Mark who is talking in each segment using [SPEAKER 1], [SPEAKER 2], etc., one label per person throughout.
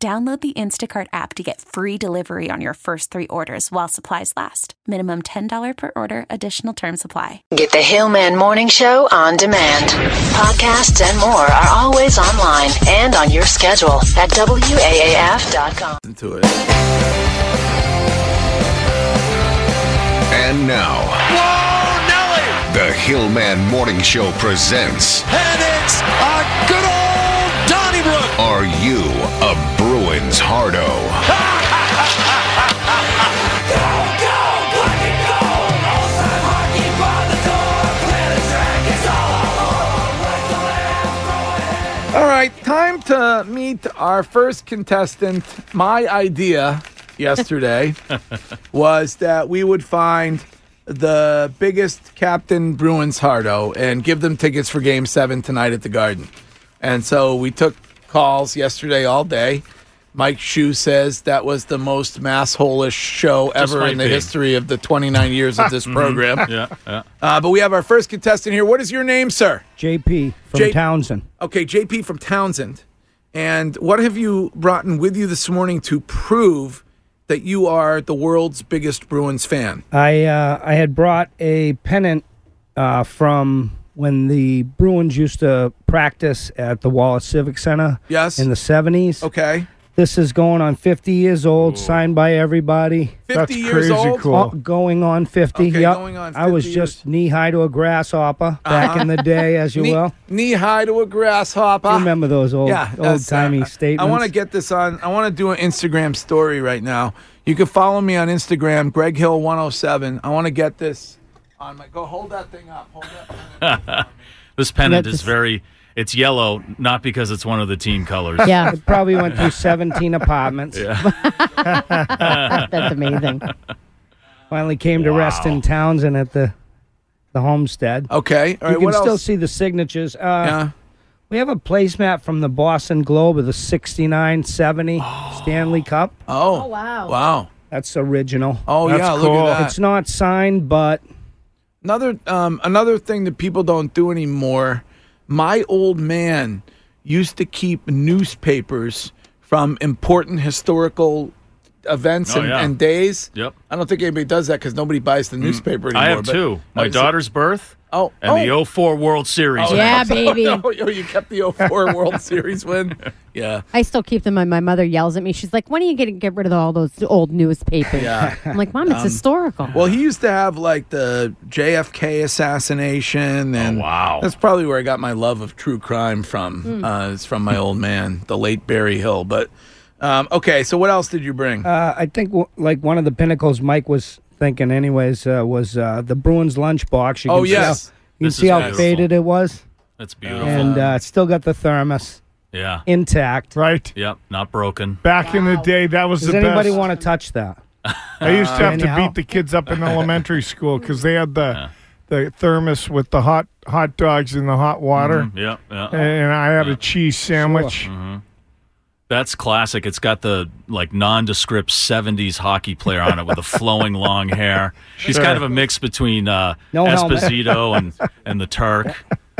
[SPEAKER 1] Download the Instacart app to get free delivery on your first three orders while supplies last. Minimum $10 per order, additional term supply.
[SPEAKER 2] Get the Hillman Morning Show on demand. Podcasts and more are always online and on your schedule at WAAF.com.
[SPEAKER 3] Listen to it.
[SPEAKER 4] And now. The Hillman Morning Show presents
[SPEAKER 3] And it's a good old Donnybrook.
[SPEAKER 4] Are You a Bruins Hardo?
[SPEAKER 3] All right, time to meet our first contestant. My idea yesterday was that we would find the biggest captain Bruins Hardo and give them tickets for game seven tonight at the Garden. And so we took calls yesterday all day. Mike Shue says that was the most massholish show ever
[SPEAKER 5] might
[SPEAKER 3] in the
[SPEAKER 5] be. Mm-hmm.
[SPEAKER 3] history of the 29 years of this program.
[SPEAKER 5] Yeah, yeah.
[SPEAKER 3] Uh, but we have our first contestant here. What is your name, sir?
[SPEAKER 6] JP from
[SPEAKER 3] J-
[SPEAKER 6] Townsend.
[SPEAKER 3] Okay, JP from Townsend. And what have you brought in with you this morning to prove that you are the world's biggest Bruins fan?
[SPEAKER 6] I uh, I had brought a pennant uh, from when the Bruins used to practice at the Wallace Civic Center.
[SPEAKER 3] Yes.
[SPEAKER 6] In the seventies.
[SPEAKER 3] Okay.
[SPEAKER 6] This is going on fifty years old, signed by everybody.
[SPEAKER 3] 50 years old?
[SPEAKER 6] Oh, going on fifty.
[SPEAKER 3] Okay,
[SPEAKER 6] yep.
[SPEAKER 3] going on
[SPEAKER 6] I was
[SPEAKER 3] 50
[SPEAKER 6] just knee high to a grasshopper back in the day, as you
[SPEAKER 3] Knee,
[SPEAKER 6] will.
[SPEAKER 3] knee high to a grasshopper.
[SPEAKER 6] You remember those old
[SPEAKER 3] yeah,
[SPEAKER 6] old
[SPEAKER 3] that's, uh,
[SPEAKER 6] timey statements?
[SPEAKER 3] I want to get this on. I want to do an Instagram story right now. You can follow me on Instagram, Greg Hill 107. I want to get this on my. Go hold that thing up. Hold that.
[SPEAKER 5] This pennant
[SPEAKER 6] That's-
[SPEAKER 5] is very. It's yellow, not because it's one of the team colors.
[SPEAKER 7] Yeah,
[SPEAKER 6] It probably went through seventeen apartments.
[SPEAKER 7] that's amazing.
[SPEAKER 6] Finally came to rest in Townsend at the the homestead.
[SPEAKER 3] Okay. All right.
[SPEAKER 6] you can
[SPEAKER 3] what
[SPEAKER 6] still
[SPEAKER 3] else?
[SPEAKER 6] see the signatures. Uh,
[SPEAKER 3] yeah.
[SPEAKER 6] We have a placemat from the Boston Globe of the 69 70 Stanley Cup.
[SPEAKER 3] Oh.
[SPEAKER 7] wow.
[SPEAKER 3] Wow.
[SPEAKER 6] That's original.
[SPEAKER 3] Oh
[SPEAKER 5] That's
[SPEAKER 3] yeah. Look
[SPEAKER 5] cool.
[SPEAKER 3] at that.
[SPEAKER 6] It's not signed, but
[SPEAKER 3] Another um, another thing that people don't do anymore. My old man used to keep newspapers from important historical events
[SPEAKER 5] Oh,
[SPEAKER 3] and,
[SPEAKER 5] yeah.
[SPEAKER 3] and days.
[SPEAKER 5] Yep. Mm.
[SPEAKER 3] I don't think anybody does that because nobody buys the newspaper anymore.
[SPEAKER 5] I have
[SPEAKER 3] but-
[SPEAKER 5] two:
[SPEAKER 3] Oh,
[SPEAKER 5] my
[SPEAKER 3] is it-
[SPEAKER 5] daughter's birth
[SPEAKER 3] Oh,
[SPEAKER 5] and
[SPEAKER 3] oh.
[SPEAKER 5] the 04 World Series.
[SPEAKER 3] Oh,
[SPEAKER 7] Yeah,
[SPEAKER 3] so-
[SPEAKER 7] baby.
[SPEAKER 3] Oh, you kept the 04 World Series win. Yeah.
[SPEAKER 7] I still keep them, and my mother yells at me. She's like, "When are you going to get rid of all those old newspapers?"
[SPEAKER 3] Yeah. Um,
[SPEAKER 7] I'm like, "Mom,
[SPEAKER 5] Um,
[SPEAKER 7] it's historical."
[SPEAKER 3] Well, he used to have like the JFK assassination, and
[SPEAKER 5] Oh, wow.
[SPEAKER 3] that's probably where I got my love of true crime from.
[SPEAKER 7] Hmm.
[SPEAKER 3] Uh, it's from my old man, the late Barry Hill. But um, okay, so what else did you bring?
[SPEAKER 6] uh, I think w- like one of the pinnacles Mike was thinking, anyways, uh, was uh, the Bruins lunchbox. You
[SPEAKER 3] Oh,
[SPEAKER 6] can see
[SPEAKER 3] yes.
[SPEAKER 6] how- you can
[SPEAKER 5] This
[SPEAKER 6] see
[SPEAKER 5] is
[SPEAKER 6] how
[SPEAKER 5] beautiful.
[SPEAKER 6] faded it was,
[SPEAKER 5] That's beautiful.
[SPEAKER 6] and uh, it's still got the thermos
[SPEAKER 5] yeah.
[SPEAKER 6] intact.
[SPEAKER 8] Right.
[SPEAKER 5] Yep. Not broken.
[SPEAKER 8] Back in the day, that was
[SPEAKER 6] Does
[SPEAKER 8] the
[SPEAKER 6] anybody
[SPEAKER 8] best.
[SPEAKER 6] want to touch that?
[SPEAKER 8] I used
[SPEAKER 5] Uh,
[SPEAKER 8] to have to
[SPEAKER 6] Anyhow.
[SPEAKER 8] beat the kids up in elementary school because they had the the thermos with the hot hot dogs and the hot water,
[SPEAKER 5] Yep. Yeah.
[SPEAKER 8] and I had a cheese sandwich.
[SPEAKER 5] Mm-hmm. That's classic. It's got the like nondescript 70s hockey player on it with the flowing long hair. He's kind of a mix between uh,
[SPEAKER 6] No helmet.
[SPEAKER 5] Esposito and and the Turk.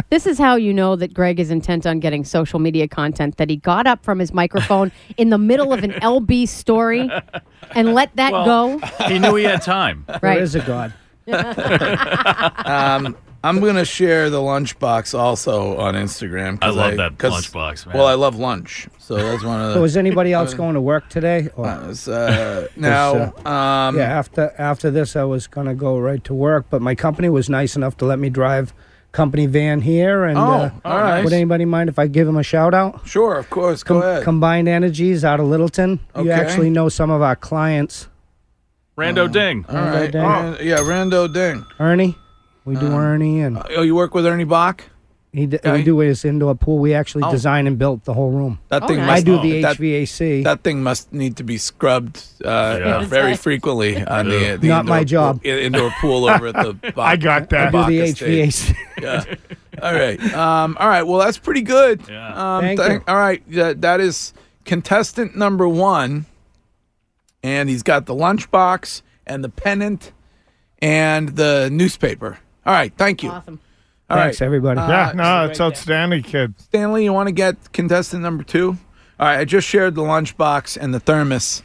[SPEAKER 7] This is how you know that Greg is intent on getting social media content. That he got up from his microphone in the middle of an LB story and let that
[SPEAKER 5] Well-
[SPEAKER 7] go.
[SPEAKER 5] He knew he had time.
[SPEAKER 6] There
[SPEAKER 7] Right.
[SPEAKER 6] is a god.
[SPEAKER 3] Um, I'm gonna share the lunchbox also on Instagram. 'cause
[SPEAKER 5] I love that
[SPEAKER 3] 'cause-
[SPEAKER 5] lunchbox, man.
[SPEAKER 3] Well, I love lunch, so that's one of the.
[SPEAKER 6] So is anybody else going to work today? Or?
[SPEAKER 3] uh, now, um,
[SPEAKER 6] Yeah, after after this, I was gonna go right to work, but my company was nice enough to let me drive company van here. And
[SPEAKER 3] Oh,
[SPEAKER 6] uh,
[SPEAKER 3] all right.
[SPEAKER 6] would anybody mind if I give him a shout out?
[SPEAKER 3] sure, of course, go ahead.
[SPEAKER 6] Combined Energies out of Littleton.
[SPEAKER 3] Okay.
[SPEAKER 6] You actually know some of our clients,
[SPEAKER 5] Rando Ding.
[SPEAKER 3] um, All right,
[SPEAKER 6] Ding.
[SPEAKER 3] Ran- yeah, Rando Ding. Um,
[SPEAKER 6] Ernie. We do Ernie, and
[SPEAKER 3] Oh, you work with Ernie Bach?
[SPEAKER 6] He d-
[SPEAKER 3] Okay.
[SPEAKER 6] We do his indoor pool. We actually designed and built the whole room.
[SPEAKER 3] Oh. That
[SPEAKER 7] Oh,
[SPEAKER 3] thing.
[SPEAKER 7] nice.
[SPEAKER 6] I
[SPEAKER 3] Must,
[SPEAKER 6] do the
[SPEAKER 3] that,
[SPEAKER 6] HVAC.
[SPEAKER 3] That thing must need to be scrubbed uh,
[SPEAKER 5] Yeah.
[SPEAKER 3] very frequently on the, the
[SPEAKER 6] Not
[SPEAKER 3] indoor
[SPEAKER 6] my job.
[SPEAKER 3] pool, indoor pool over at the. Bo-
[SPEAKER 8] I got that.
[SPEAKER 6] I do the
[SPEAKER 3] Bacchus stage.
[SPEAKER 6] HVAC.
[SPEAKER 3] Yeah. All right. Um, all right. Well, that's pretty good.
[SPEAKER 5] Yeah.
[SPEAKER 3] Um,
[SPEAKER 6] Thank
[SPEAKER 3] thank- All right. That, that is contestant number one. And he's got the lunchbox and the pennant and the newspaper. All right. Thank you.
[SPEAKER 7] Awesome.
[SPEAKER 3] All right. Uh,
[SPEAKER 6] Thanks, everybody.
[SPEAKER 8] yeah, no, it's outstanding, kid.
[SPEAKER 3] Stanley, you want to get contestant number two? All right, I just shared the lunchbox and the thermos.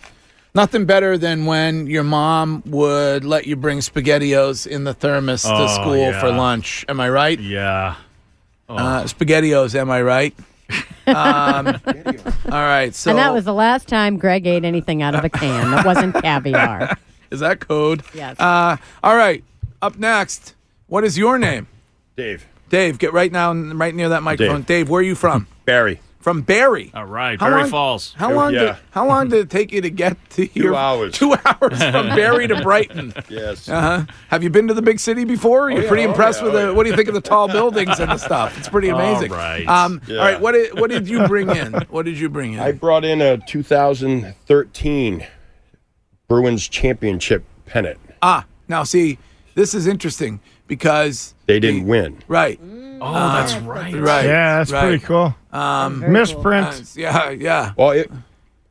[SPEAKER 3] Nothing better than when your mom would let you bring SpaghettiOs in the thermos
[SPEAKER 5] Oh,
[SPEAKER 3] to school for
[SPEAKER 5] yeah.
[SPEAKER 3] lunch. Am I right?
[SPEAKER 5] Yeah.
[SPEAKER 3] Uh, SpaghettiOs, am I right? Um, all right, so
[SPEAKER 7] and that was the last time Greg ate anything out of a can that wasn't caviar.
[SPEAKER 3] is that code?
[SPEAKER 7] Yes.
[SPEAKER 3] Uh, all right, up next, what is your name?
[SPEAKER 9] Dave.
[SPEAKER 3] Dave, get right now, right near that microphone. Dave, where are you from?
[SPEAKER 9] Barry.
[SPEAKER 3] From Barry.
[SPEAKER 5] All right.
[SPEAKER 3] How
[SPEAKER 5] Barry
[SPEAKER 3] long-
[SPEAKER 5] Falls.
[SPEAKER 3] How long?
[SPEAKER 9] yeah.
[SPEAKER 3] Did, how long did it take you to get to two your,
[SPEAKER 9] hours.
[SPEAKER 3] Two hours from Barry to Brighton.
[SPEAKER 9] Yes.
[SPEAKER 3] Uh-huh. Have you been to the big city before? You're
[SPEAKER 9] yeah,
[SPEAKER 3] pretty
[SPEAKER 9] oh,
[SPEAKER 3] impressed
[SPEAKER 9] yeah,
[SPEAKER 3] with
[SPEAKER 9] oh,
[SPEAKER 3] the.
[SPEAKER 9] yeah.
[SPEAKER 3] What do you think of the tall buildings and the stuff? It's pretty amazing.
[SPEAKER 5] All right.
[SPEAKER 3] Um,
[SPEAKER 9] Yeah.
[SPEAKER 3] All right. What did What did you bring in? What did you bring in?
[SPEAKER 9] I brought in a 2013 Bruins championship pennant.
[SPEAKER 3] ah, now see, this is interesting because
[SPEAKER 9] They didn't win.
[SPEAKER 3] right, Ah.
[SPEAKER 5] Oh, that's right.
[SPEAKER 3] right,
[SPEAKER 8] Yeah, that's
[SPEAKER 3] right. Um,
[SPEAKER 8] pretty cool.
[SPEAKER 7] Very
[SPEAKER 8] Misprint.
[SPEAKER 3] Yeah, yeah,
[SPEAKER 9] Well, it,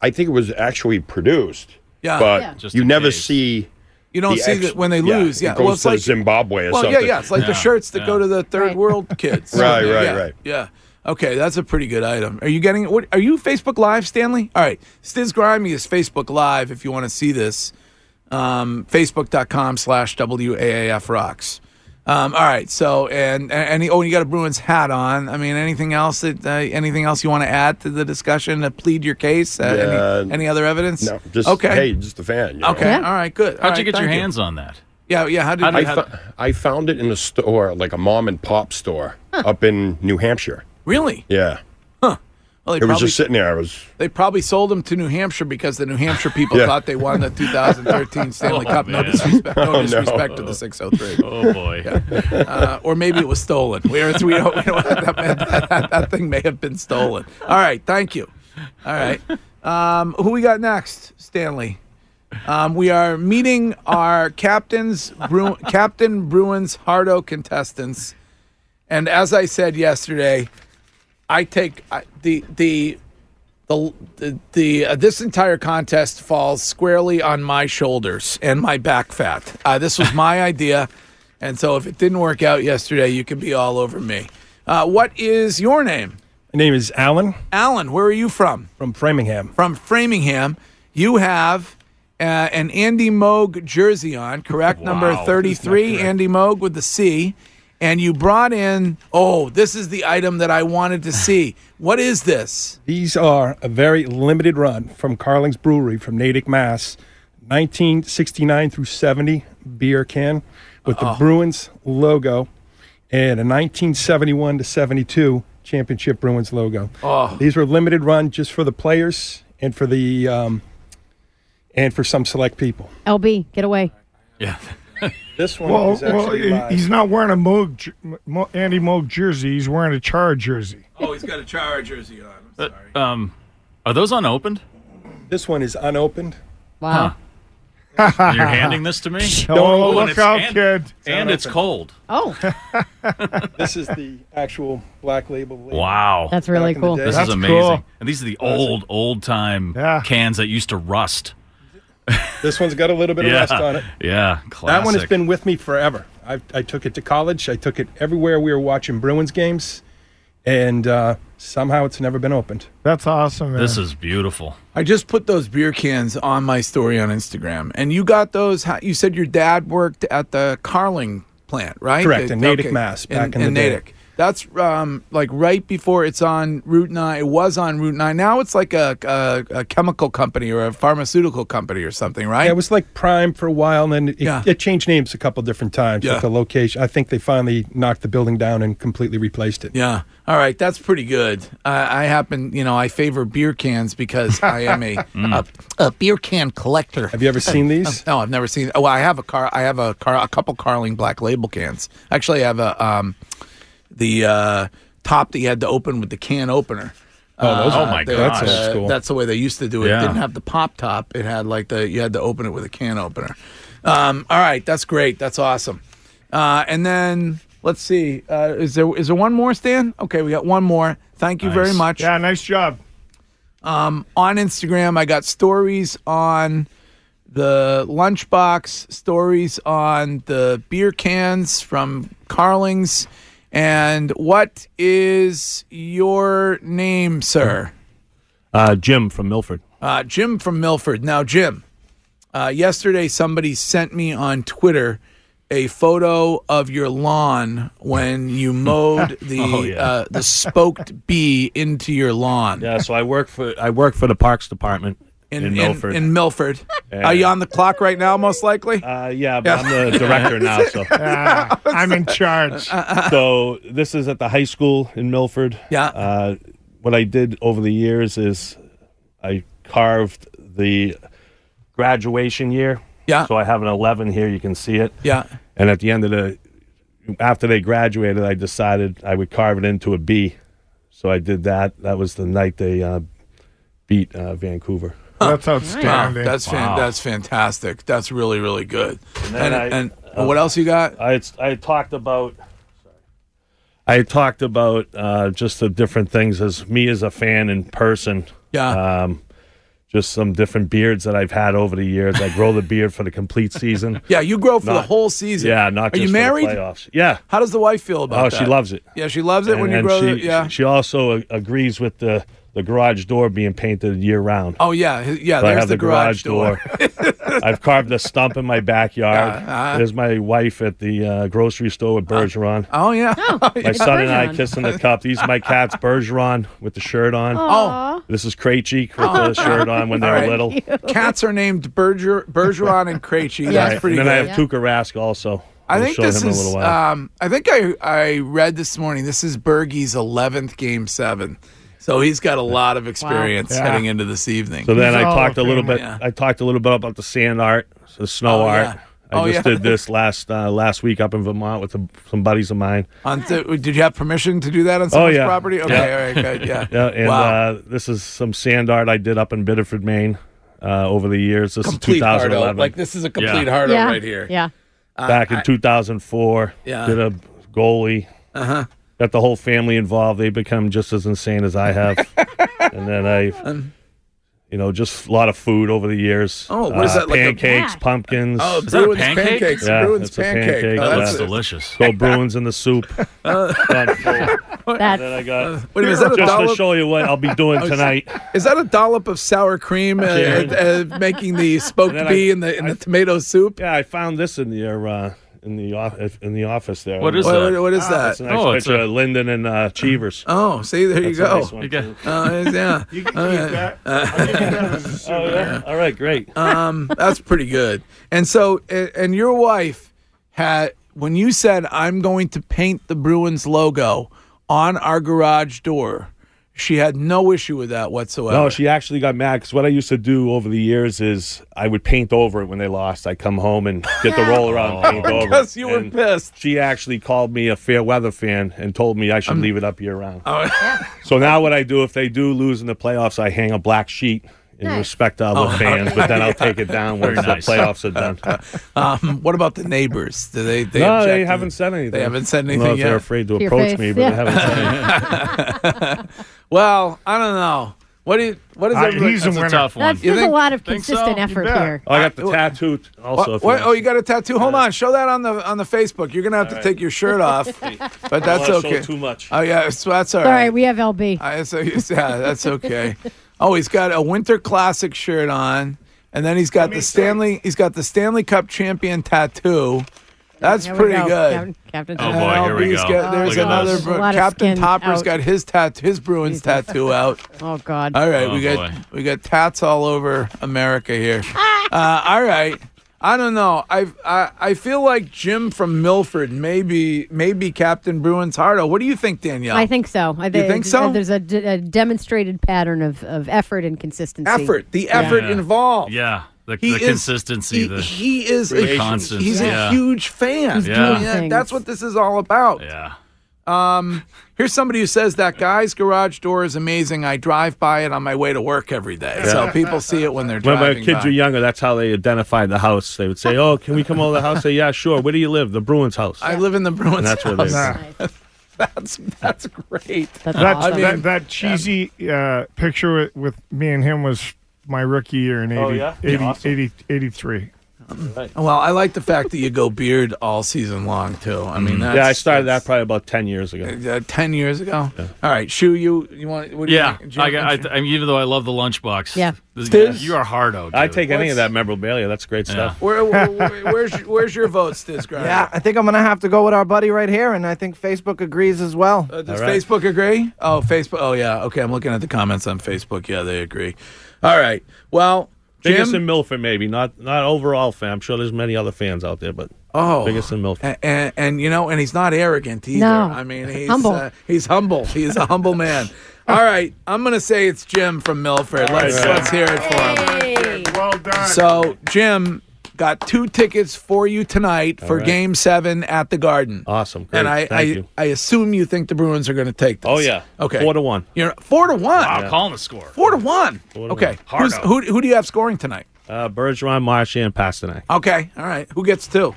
[SPEAKER 9] I think it was actually produced,
[SPEAKER 3] yeah.
[SPEAKER 9] but
[SPEAKER 7] Yeah.
[SPEAKER 5] Just
[SPEAKER 9] you
[SPEAKER 5] in
[SPEAKER 9] never
[SPEAKER 5] case.
[SPEAKER 9] see.
[SPEAKER 3] you don't
[SPEAKER 9] the
[SPEAKER 3] see
[SPEAKER 9] ex-
[SPEAKER 3] that when they lose. Yeah,
[SPEAKER 9] it goes
[SPEAKER 3] well, it's
[SPEAKER 9] to
[SPEAKER 3] like
[SPEAKER 9] Zimbabwe or
[SPEAKER 3] Well,
[SPEAKER 9] something.
[SPEAKER 3] yeah, yeah. It's like
[SPEAKER 5] Yeah,
[SPEAKER 3] the shirts that
[SPEAKER 5] yeah.
[SPEAKER 3] go to the third
[SPEAKER 7] Right.
[SPEAKER 3] world kids.
[SPEAKER 9] Right, right,
[SPEAKER 3] yeah,
[SPEAKER 9] right.
[SPEAKER 3] Yeah. Okay, that's a pretty good item. Are you getting what are you Facebook Live, Stanley? All right. Stiz Grimy is Facebook Live if you want to see this. Um, Facebook.com slash WAAF rocks. Um, all right, so and and oh, you got a Bruins hat on. I mean, anything else that uh, anything else you want to add to the discussion to plead your case? Uh, any,
[SPEAKER 9] Yeah.
[SPEAKER 3] any other evidence?
[SPEAKER 9] No, just
[SPEAKER 3] okay.
[SPEAKER 9] hey, just a fan. you know.
[SPEAKER 3] Okay,
[SPEAKER 7] Yeah.
[SPEAKER 3] all right, good. All
[SPEAKER 5] How'd you
[SPEAKER 3] right,
[SPEAKER 5] get your
[SPEAKER 3] thank
[SPEAKER 5] hands on that?
[SPEAKER 3] Yeah, yeah. How did
[SPEAKER 5] How'd
[SPEAKER 9] I,
[SPEAKER 5] you have-
[SPEAKER 9] fo- I found it in a store, like a mom and pop store up in New Hampshire.
[SPEAKER 3] really?
[SPEAKER 9] Yeah.
[SPEAKER 3] Well, they
[SPEAKER 9] It was
[SPEAKER 3] probably-
[SPEAKER 9] just sitting there. I was
[SPEAKER 3] They probably sold them to New Hampshire because the New Hampshire people
[SPEAKER 9] Yeah.
[SPEAKER 3] thought they won the 2013 Stanley Cup. No
[SPEAKER 5] Oh, man.
[SPEAKER 3] disrespect, no
[SPEAKER 9] no.
[SPEAKER 3] disrespect to the 603.
[SPEAKER 5] Oh boy.
[SPEAKER 3] Uh, or maybe it was stolen. We, are, we don't, we don't that, that, that, that thing may have been stolen. All right, thank you. All right. Um, who we got next, Stanley? Um, we are meeting our captains, Bru- Captain Bruins Hardo contestants. And as I said yesterday, I take I, the the the the, the uh, this entire contest falls squarely on my shoulders and my back fat. Uh, this was my idea, and so if it didn't work out yesterday, you can be all over me. Uh, what is your name,
[SPEAKER 10] My name is Alan
[SPEAKER 3] Alan? Where are you from?
[SPEAKER 10] from Framingham.
[SPEAKER 3] From Framingham. You have. Uh, an Andy Moog jersey on, correct? Number
[SPEAKER 5] Wow.
[SPEAKER 3] 33, Andy Moog with the C. And you brought in, oh, this is the item that I wanted to see. What is this?
[SPEAKER 10] These are a very limited run from Carling's Brewery from Natick, Mass, 1969 through 70 beer can with the Bruins logo and a 1971 to 72 championship Bruins logo.
[SPEAKER 3] Oh.
[SPEAKER 10] These were limited run just for the players and for the um, and for some select people.
[SPEAKER 7] LB, get away.
[SPEAKER 5] Yeah.
[SPEAKER 10] This one
[SPEAKER 8] Well,
[SPEAKER 10] is
[SPEAKER 8] well,
[SPEAKER 10] actually
[SPEAKER 8] he-
[SPEAKER 10] live.
[SPEAKER 8] he's not wearing a Moog, jer- Mo- Andy Moog jersey. He's wearing a Char jersey.
[SPEAKER 3] Oh, he's got a Chara jersey on. I'm sorry.
[SPEAKER 5] Um, are those unopened?
[SPEAKER 10] this one is unopened.
[SPEAKER 7] Wow.
[SPEAKER 5] You're handing this to me,
[SPEAKER 8] Oh,
[SPEAKER 5] and
[SPEAKER 8] look
[SPEAKER 5] it's-
[SPEAKER 8] out,
[SPEAKER 5] and-
[SPEAKER 8] kid!
[SPEAKER 5] and it's cold.
[SPEAKER 7] Oh,
[SPEAKER 10] This is the actual black label. label.
[SPEAKER 5] Wow.
[SPEAKER 7] that's really
[SPEAKER 10] Back in the
[SPEAKER 7] cool.
[SPEAKER 10] day.
[SPEAKER 5] this
[SPEAKER 8] That's
[SPEAKER 5] is amazing.
[SPEAKER 8] cool.
[SPEAKER 5] And these are the old, old time
[SPEAKER 8] Yeah.
[SPEAKER 5] cans that used to rust.
[SPEAKER 10] This one's got a little bit of rust on it.
[SPEAKER 5] Yeah. Classic.
[SPEAKER 10] That one has been with me forever. I, I took it to college. I took it everywhere we were watching Bruins games, and uh, somehow it's never been opened.
[SPEAKER 8] That's awesome. Man.
[SPEAKER 5] This is beautiful.
[SPEAKER 3] I just put those beer cans on my story on Instagram, and you got those. how- You said your dad worked at the Carling plant, right?
[SPEAKER 10] Correct,
[SPEAKER 3] The-
[SPEAKER 10] in Natick, Mass, back in the day.
[SPEAKER 3] Natick. That's um, like right before it's on Route Nine. It was on Route Nine. Now it's like a, a, a chemical company or a pharmaceutical company or something, right?
[SPEAKER 10] Yeah, it was like Prime for a while, and then it,
[SPEAKER 3] Yeah.
[SPEAKER 10] it changed names a couple different times.
[SPEAKER 3] Yeah.
[SPEAKER 10] With the location, I think they finally knocked the building down and completely replaced it.
[SPEAKER 3] Yeah. All right. That's pretty good. I I happen, you know, I favor beer cans because I am a, a, a beer can collector.
[SPEAKER 10] Have you ever seen these?
[SPEAKER 3] No, I've never seen. Oh, I have a car. I have a car. A couple Carling Black Label cans. Actually, I have a um, the uh, top that you had to open with the can opener.
[SPEAKER 5] Oh, those- oh my
[SPEAKER 3] they-
[SPEAKER 5] gosh. That's
[SPEAKER 3] uh,
[SPEAKER 5] old school.
[SPEAKER 3] That's the way they used to do it.
[SPEAKER 5] Yeah.
[SPEAKER 3] It didn't have the pop top. It had like the you had to open it with a can opener. Um, all right, that's great. That's awesome. Uh, and then let's see. Uh, is there is there one more, Stan? Okay, we got one more. Thank you very
[SPEAKER 8] Nice.
[SPEAKER 3] much. Yeah, nice job. Um, on Instagram, I got stories on the lunchbox, stories on the beer cans from Carlings. And what is your name, sir?
[SPEAKER 11] Uh, Jim from Milford.
[SPEAKER 3] Uh, Jim from Milford. Now, Jim, uh, yesterday somebody sent me on Twitter a photo of your lawn when you mowed the
[SPEAKER 11] Oh, yeah.
[SPEAKER 3] uh, the spoked bee into your lawn.
[SPEAKER 11] Yeah, so I work for I work for the Parks Department in, Milford.
[SPEAKER 3] In, Milford.
[SPEAKER 11] Yeah.
[SPEAKER 3] Are you on the clock right now, most likely? Uh,
[SPEAKER 11] yeah, but I'm the director now, so
[SPEAKER 3] I'm in charge.
[SPEAKER 11] so this is at the high school in Milford.
[SPEAKER 3] Yeah.
[SPEAKER 11] Uh, what I did over the years is I carved the graduation year.
[SPEAKER 3] Yeah.
[SPEAKER 11] So I have an 11 here. You can see it.
[SPEAKER 3] Yeah.
[SPEAKER 11] And at the end of the, after they graduated, I decided I would carve it into a B. So I did that. That was the night they uh, beat uh, Vancouver.
[SPEAKER 8] That's
[SPEAKER 3] Wow,
[SPEAKER 8] outstanding.
[SPEAKER 3] that's fan- that's fantastic. That's really really good. And
[SPEAKER 11] then
[SPEAKER 3] and,
[SPEAKER 11] I- uh,
[SPEAKER 3] and what else you got?
[SPEAKER 11] I I talked about I had talked about uh, just the different things as me as a fan in person.
[SPEAKER 3] Yeah.
[SPEAKER 11] Um, just some different beards that I've had over the years. I grow the beard for the complete season.
[SPEAKER 3] Yeah, you grow for the
[SPEAKER 11] Not-
[SPEAKER 3] whole season.
[SPEAKER 11] Yeah, not
[SPEAKER 3] Are
[SPEAKER 11] just
[SPEAKER 3] you
[SPEAKER 11] for the
[SPEAKER 3] married?
[SPEAKER 11] playoffs. Yeah.
[SPEAKER 3] How does the wife feel about
[SPEAKER 11] Oh,
[SPEAKER 3] that?
[SPEAKER 11] she loves it.
[SPEAKER 3] Yeah, she loves it when you
[SPEAKER 11] and
[SPEAKER 3] grow
[SPEAKER 11] she,
[SPEAKER 3] it. Yeah.
[SPEAKER 11] She also a- agrees with the, the garage door being painted year round.
[SPEAKER 3] Oh yeah, hi- yeah.
[SPEAKER 11] So I
[SPEAKER 3] There's
[SPEAKER 11] have
[SPEAKER 3] the, garage, door.
[SPEAKER 11] I've carved a stump in my backyard.
[SPEAKER 3] Yeah, uh-huh.
[SPEAKER 11] There's my wife at the uh, grocery store with Bergeron.
[SPEAKER 3] Oh yeah.
[SPEAKER 11] my son and I kissing the cup. These are my cats, Bergeron with the shirt on.
[SPEAKER 3] Aw.
[SPEAKER 11] This is Krejci with the shirt on when they
[SPEAKER 3] Oh. All
[SPEAKER 11] were
[SPEAKER 3] right.
[SPEAKER 11] little.
[SPEAKER 3] Cats are named Berger, Bergeron and Krejci. That's
[SPEAKER 11] Right.
[SPEAKER 3] pretty
[SPEAKER 11] and then
[SPEAKER 3] good.
[SPEAKER 11] I have Tuukka Rask also.
[SPEAKER 3] I
[SPEAKER 11] We'll
[SPEAKER 3] think
[SPEAKER 11] show
[SPEAKER 3] this
[SPEAKER 11] him in a
[SPEAKER 3] is.
[SPEAKER 11] little while.
[SPEAKER 3] Um, I think I I read this morning. This is Bergie's eleventh game seven, so he's got a lot of experience
[SPEAKER 11] Yeah.
[SPEAKER 3] heading into this evening.
[SPEAKER 11] so then I talked a little bit.
[SPEAKER 3] Yeah.
[SPEAKER 11] I talked a little bit about the sand art, the snow
[SPEAKER 3] Oh,
[SPEAKER 11] art.
[SPEAKER 3] yeah.
[SPEAKER 11] I
[SPEAKER 3] Oh,
[SPEAKER 11] just
[SPEAKER 3] yeah.
[SPEAKER 11] did this last uh, last week up in Vermont with some some buddies of mine.
[SPEAKER 3] On th- did you have permission to do that
[SPEAKER 11] Oh,
[SPEAKER 3] on someone's property? Okay, all right, good. Yeah.
[SPEAKER 11] and
[SPEAKER 3] wow.
[SPEAKER 11] uh, this is some sand art I did up in Biddeford, Maine, uh, over the years. This
[SPEAKER 3] complete
[SPEAKER 11] is
[SPEAKER 3] hard
[SPEAKER 11] 2011.
[SPEAKER 3] Like this is a complete
[SPEAKER 11] Yeah.
[SPEAKER 3] hard
[SPEAKER 7] Yeah.
[SPEAKER 3] right here.
[SPEAKER 7] Yeah.
[SPEAKER 3] Uh,
[SPEAKER 11] Back in
[SPEAKER 3] I-
[SPEAKER 11] 2004,
[SPEAKER 3] Yeah.
[SPEAKER 11] did a goalie.
[SPEAKER 3] Uh huh.
[SPEAKER 11] Got the whole family involved. They become just as insane as I have. and then I, you know, just a lot of food over the years.
[SPEAKER 3] Um,
[SPEAKER 11] Uh,
[SPEAKER 3] Oh, what is that, like a-
[SPEAKER 11] Pancakes, pumpkins.
[SPEAKER 3] Oh, Is that a Bruins pancake? pancakes,
[SPEAKER 11] Yeah,
[SPEAKER 3] Bruins
[SPEAKER 11] it's a
[SPEAKER 3] pancake.
[SPEAKER 11] pancake.
[SPEAKER 3] Oh, that's
[SPEAKER 11] yeah.
[SPEAKER 5] delicious.
[SPEAKER 11] Go Bruins in the soup. Done.
[SPEAKER 7] That's
[SPEAKER 11] Then I got.
[SPEAKER 3] Uh, Wait a minute, is that a
[SPEAKER 11] just to
[SPEAKER 3] dollop?
[SPEAKER 11] show you what I'll be doing
[SPEAKER 3] Oh,
[SPEAKER 11] tonight.
[SPEAKER 3] Is that a dollop of sour cream uh, uh,
[SPEAKER 11] Karen.
[SPEAKER 3] uh, making the spoked
[SPEAKER 11] then I-
[SPEAKER 3] bee in the in the tomato soup?
[SPEAKER 11] Yeah, I found this in your uh, in the off- in the office there.
[SPEAKER 5] What is
[SPEAKER 11] What-
[SPEAKER 5] that?
[SPEAKER 3] what is that?
[SPEAKER 11] It's a nice
[SPEAKER 5] Oh, it's
[SPEAKER 11] picture of Linden and uh, Cheevers.
[SPEAKER 3] Oh, see, there you
[SPEAKER 11] That's a
[SPEAKER 3] go.
[SPEAKER 11] nice one,
[SPEAKER 5] You got-
[SPEAKER 11] too.
[SPEAKER 3] Oh, it's- yeah. Uh,
[SPEAKER 8] You can
[SPEAKER 3] All
[SPEAKER 8] keep
[SPEAKER 3] right.
[SPEAKER 8] that.
[SPEAKER 11] Oh, yeah? All right, great.
[SPEAKER 3] um, that's pretty good. And so, a- and your wife had when you said, "I'm going to paint the Bruins logo on our garage door." She had no issue with that whatsoever.
[SPEAKER 11] No, she actually got mad because what I used to do over the years is I would paint over it when they lost. I'd come home and get the roller out and paint over. it.
[SPEAKER 3] Because Oh. you were
[SPEAKER 11] And
[SPEAKER 3] pissed.
[SPEAKER 11] She actually called me a fair weather fan and told me I should leave it up year round.
[SPEAKER 3] Oh,
[SPEAKER 11] So now what I do if they do lose in the playoffs, I hang a black sheet in
[SPEAKER 7] Nice.
[SPEAKER 11] respect to other
[SPEAKER 3] Oh,
[SPEAKER 11] fans,
[SPEAKER 3] okay.
[SPEAKER 11] but then I'll take it down
[SPEAKER 5] Very
[SPEAKER 11] once
[SPEAKER 5] nice.
[SPEAKER 11] the playoffs are done.
[SPEAKER 3] um, what about the neighbors? Do they? they
[SPEAKER 11] no,
[SPEAKER 3] object
[SPEAKER 11] they
[SPEAKER 3] to-
[SPEAKER 11] haven't said anything.
[SPEAKER 3] They haven't said
[SPEAKER 11] I don't know
[SPEAKER 3] anything
[SPEAKER 11] if they're
[SPEAKER 3] yet.
[SPEAKER 11] afraid to,
[SPEAKER 7] To your
[SPEAKER 11] approach
[SPEAKER 7] face,
[SPEAKER 11] me, but
[SPEAKER 7] yeah.
[SPEAKER 11] they haven't said anything.
[SPEAKER 3] Well, I don't know. What do you, what is
[SPEAKER 8] I-
[SPEAKER 3] everybody?
[SPEAKER 8] he's a
[SPEAKER 5] That's a
[SPEAKER 8] winner.
[SPEAKER 5] tough one.
[SPEAKER 7] That's, there's
[SPEAKER 3] think-
[SPEAKER 7] a lot of
[SPEAKER 5] think so?
[SPEAKER 7] consistent
[SPEAKER 5] You
[SPEAKER 7] effort
[SPEAKER 8] bet.
[SPEAKER 7] here.
[SPEAKER 11] Oh, I got the tattoo t- also. if
[SPEAKER 3] What-
[SPEAKER 11] you
[SPEAKER 3] oh,
[SPEAKER 11] want.
[SPEAKER 3] you got a tattoo? Hold on, show that on the on the Facebook. You're gonna have to take your shirt off, but that's
[SPEAKER 11] Oh, I showed
[SPEAKER 3] okay.
[SPEAKER 11] too much.
[SPEAKER 3] Oh yeah, so that's all
[SPEAKER 7] All right,
[SPEAKER 3] right.
[SPEAKER 7] we have LB.
[SPEAKER 3] I, so, yeah, that's okay. Oh, he's got a winter classic shirt on, and then he's got the Stanley. He's got the Stanley Cup champion tattoo. That's
[SPEAKER 7] There we
[SPEAKER 3] pretty
[SPEAKER 7] go.
[SPEAKER 3] good.
[SPEAKER 7] Captain, Captain
[SPEAKER 5] Oh,
[SPEAKER 7] Tom.
[SPEAKER 5] boy, here we
[SPEAKER 3] LB's
[SPEAKER 5] go.
[SPEAKER 3] got- there's
[SPEAKER 5] Look at
[SPEAKER 3] another
[SPEAKER 5] this.
[SPEAKER 3] Bru-
[SPEAKER 7] A lot of
[SPEAKER 3] Captain
[SPEAKER 7] skin
[SPEAKER 3] Topper's
[SPEAKER 7] out.
[SPEAKER 3] got his tattoo, his Bruins tattoo out.
[SPEAKER 7] Oh, God.
[SPEAKER 3] All right,
[SPEAKER 5] Oh,
[SPEAKER 3] we got
[SPEAKER 5] boy.
[SPEAKER 3] we got tats all over America here. uh, all right, I don't know. I've, I I feel like Jim from Milford, maybe maybe Captain Bruins Hardo. What do you think, Danielle?
[SPEAKER 7] I think so. I
[SPEAKER 3] You think so?
[SPEAKER 7] There's a, d- a demonstrated pattern of, of effort and consistency.
[SPEAKER 3] effort, the effort
[SPEAKER 5] Yeah.
[SPEAKER 3] involved.
[SPEAKER 5] Yeah, the,
[SPEAKER 3] He
[SPEAKER 5] the
[SPEAKER 3] is-
[SPEAKER 5] consistency.
[SPEAKER 3] He,
[SPEAKER 5] the,
[SPEAKER 3] he is a
[SPEAKER 5] Patience.
[SPEAKER 3] he's
[SPEAKER 5] Yeah.
[SPEAKER 3] a huge fan.
[SPEAKER 5] He's doing
[SPEAKER 3] Yeah,
[SPEAKER 7] things.
[SPEAKER 3] that's what this is all about.
[SPEAKER 5] yeah.
[SPEAKER 3] Um, here's somebody who says that guy's garage door is amazing. I drive by it on my way to work every day,
[SPEAKER 11] Yeah.
[SPEAKER 3] so people see it when they're
[SPEAKER 11] When
[SPEAKER 3] driving.
[SPEAKER 11] my kids
[SPEAKER 3] by.
[SPEAKER 11] were younger, that's how they identified the house. They would say, "Oh, can we come over to the house?" Say, "Yeah, sure." Where do you live? The Bruins' house.
[SPEAKER 3] I live in the Bruins.
[SPEAKER 11] And that's where they.
[SPEAKER 3] house. that's that's great.
[SPEAKER 8] that,
[SPEAKER 3] I mean,
[SPEAKER 8] that, that cheesy uh, picture with, with me and him was my rookie year in 80,
[SPEAKER 3] Oh, yeah? Yeah,
[SPEAKER 8] 80
[SPEAKER 3] awesome.
[SPEAKER 8] 80 83.
[SPEAKER 3] Well, I like the fact that you go beard all season long too. I
[SPEAKER 5] Mm.
[SPEAKER 3] mean,
[SPEAKER 11] Mhm.
[SPEAKER 3] that's,
[SPEAKER 11] Yeah, I
[SPEAKER 3] started
[SPEAKER 11] that probably about ten years ago.
[SPEAKER 3] Uh, ten years ago. All right, shoe you you want? What do
[SPEAKER 5] yeah,
[SPEAKER 3] you think?
[SPEAKER 5] I, got- I, th- I mean, even though I love the lunchbox,
[SPEAKER 3] Yeah.
[SPEAKER 5] this,
[SPEAKER 3] Stiz?
[SPEAKER 5] you are hardo. Dude.
[SPEAKER 11] I take any of that memorabilia. That's great stuff.
[SPEAKER 3] Where, where, where's your- where's your votes, this guy?
[SPEAKER 12] Yeah, I think I'm gonna have to go with our buddy right here, and I think Facebook agrees as well.
[SPEAKER 3] Uh, Does Facebook agree? Oh, Facebook. Oh, yeah. Okay, I'm looking at the comments on Facebook. Yeah, they agree. All right. Well,
[SPEAKER 11] Biggest
[SPEAKER 3] Jim.
[SPEAKER 11] in Milford, maybe not not overall fan. I'm sure there's many other fans out there, but
[SPEAKER 3] Oh.
[SPEAKER 11] biggest in Milford.
[SPEAKER 3] A- and, and you know, and he's not arrogant either.
[SPEAKER 11] No.
[SPEAKER 3] I mean, he's
[SPEAKER 11] Humble.
[SPEAKER 3] Uh, he's humble. He's a humble man. All right, I'm gonna say it's Jim from Milford.
[SPEAKER 8] All right,
[SPEAKER 3] Let's
[SPEAKER 8] Jim.
[SPEAKER 3] let's hear it for him.
[SPEAKER 8] Well done.
[SPEAKER 3] So, Jim got two tickets for you tonight for
[SPEAKER 11] right.
[SPEAKER 3] Game Seven at the Garden.
[SPEAKER 11] Awesome. Great.
[SPEAKER 3] And I,
[SPEAKER 11] Thank
[SPEAKER 3] I,
[SPEAKER 11] you.
[SPEAKER 3] I assume you think the Bruins are going to take this.
[SPEAKER 11] Oh yeah.
[SPEAKER 3] Okay.
[SPEAKER 11] Four to one.
[SPEAKER 3] You're four to one.
[SPEAKER 11] Wow, Yeah.
[SPEAKER 5] calling the score.
[SPEAKER 3] Four to one.
[SPEAKER 11] Four to
[SPEAKER 3] okay.
[SPEAKER 11] one.
[SPEAKER 3] Who's-
[SPEAKER 11] Hardo.
[SPEAKER 3] who who do you have scoring tonight?
[SPEAKER 11] Uh, Bergeron, Marchand, Pasternak.
[SPEAKER 3] Okay. All right. Who gets two?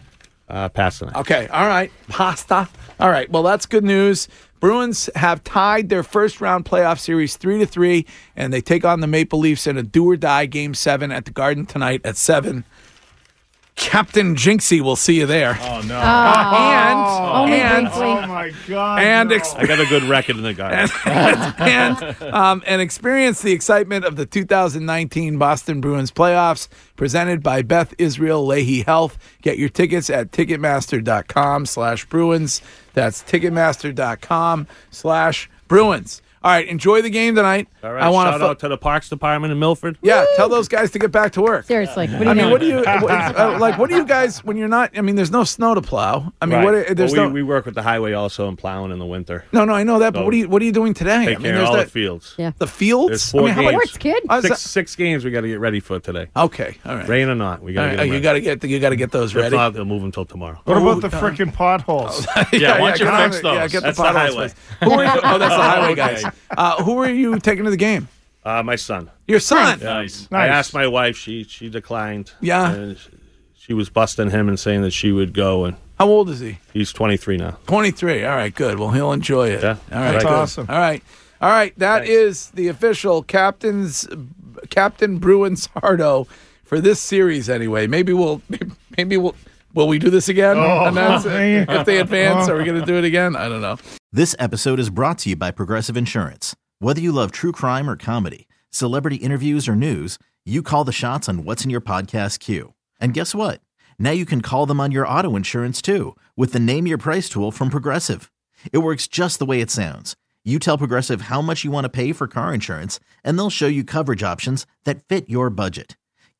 [SPEAKER 11] Uh, Pasternak.
[SPEAKER 3] Okay. All right. Pasta. All right. Well, that's good news. Bruins have tied their first round playoff series three to three, and they take on the Maple Leafs in a do or die game seven at the Garden tonight at seven. Captain Jinxie will see you there.
[SPEAKER 11] Oh no. Oh,
[SPEAKER 3] and and
[SPEAKER 8] oh my god!
[SPEAKER 3] and
[SPEAKER 8] no.
[SPEAKER 3] exp-
[SPEAKER 11] I got a good record in the garden.
[SPEAKER 3] and, um, and experience the excitement of the 2019 Boston Bruins playoffs presented by Beth Israel Leahy Health. Get your tickets at Ticketmaster.com slash Bruins. That's Ticketmaster.com slash Bruins. All right, enjoy the game tonight.
[SPEAKER 11] All right.
[SPEAKER 3] I want
[SPEAKER 11] shout
[SPEAKER 3] to.
[SPEAKER 11] out to the Parks Department in Milford.
[SPEAKER 3] yeah, tell those guys to get back to work.
[SPEAKER 7] Seriously, what do you
[SPEAKER 3] I mean,
[SPEAKER 7] know?
[SPEAKER 3] what do you what- uh, like? What do you guys when you're not? I mean, there's no snow to plow. I mean,
[SPEAKER 11] Right.
[SPEAKER 3] what? uh, There's
[SPEAKER 11] Well,
[SPEAKER 3] no.
[SPEAKER 11] we, we work with the highway also and plowing in the winter.
[SPEAKER 3] No, no, I know that. But
[SPEAKER 11] So
[SPEAKER 3] what are you what are you doing today?
[SPEAKER 11] Take
[SPEAKER 3] I mean,
[SPEAKER 11] care of
[SPEAKER 3] there's
[SPEAKER 11] all
[SPEAKER 3] that-
[SPEAKER 11] the fields.
[SPEAKER 7] Yeah.
[SPEAKER 3] The fields.
[SPEAKER 11] There's four
[SPEAKER 3] I mean, how
[SPEAKER 11] games.
[SPEAKER 3] much- I was-
[SPEAKER 11] Six, six games we got to get ready for today.
[SPEAKER 3] Okay, all right.
[SPEAKER 11] Rain or not, we
[SPEAKER 3] All
[SPEAKER 11] got to
[SPEAKER 3] right,
[SPEAKER 11] get them
[SPEAKER 3] you
[SPEAKER 11] ready.
[SPEAKER 3] got to get the, you got to get those
[SPEAKER 11] If
[SPEAKER 3] ready.
[SPEAKER 11] not, they'll move until tomorrow.
[SPEAKER 8] What about the frickin' potholes?
[SPEAKER 11] Yeah, why don't you
[SPEAKER 3] get
[SPEAKER 11] fix
[SPEAKER 3] on it. Oh, Yeah,
[SPEAKER 11] those?
[SPEAKER 3] get
[SPEAKER 11] That's
[SPEAKER 3] the
[SPEAKER 11] the
[SPEAKER 3] potholes
[SPEAKER 11] highway.
[SPEAKER 3] fixed. Who are you, oh, that's the highway
[SPEAKER 11] Okay.
[SPEAKER 3] guys. Uh, who are you taking to the game?
[SPEAKER 11] Uh, my son.
[SPEAKER 3] Your son.
[SPEAKER 11] Yeah.
[SPEAKER 3] Nice.
[SPEAKER 11] I
[SPEAKER 3] Nice.
[SPEAKER 11] asked my wife. She she declined.
[SPEAKER 3] Yeah.
[SPEAKER 11] And sh- she was busting him and saying that she would go. And
[SPEAKER 3] how old is he?
[SPEAKER 11] He's 23 now.
[SPEAKER 3] 23. All right, good. Well, he'll enjoy it.
[SPEAKER 11] Yeah.
[SPEAKER 3] All right,
[SPEAKER 11] That's
[SPEAKER 3] good.
[SPEAKER 11] awesome.
[SPEAKER 3] All right, all right. That is the official captain's Captain Bruin Sardo for this series. Anyway, maybe we'll maybe we'll will we do this again?
[SPEAKER 13] Oh,
[SPEAKER 3] Announce it?
[SPEAKER 13] man.
[SPEAKER 3] If they advance, are we going to do it again? I don't know.
[SPEAKER 13] This episode is brought to you by Progressive Insurance. Whether you love true crime or comedy, celebrity interviews or news, you call the shots on what's in your podcast queue. And guess what? Now you can call them on your auto insurance too with the Name Your Price tool from Progressive. It works just the way it sounds. You tell Progressive how much you want to pay for car insurance, and they'll show you coverage options that fit your budget.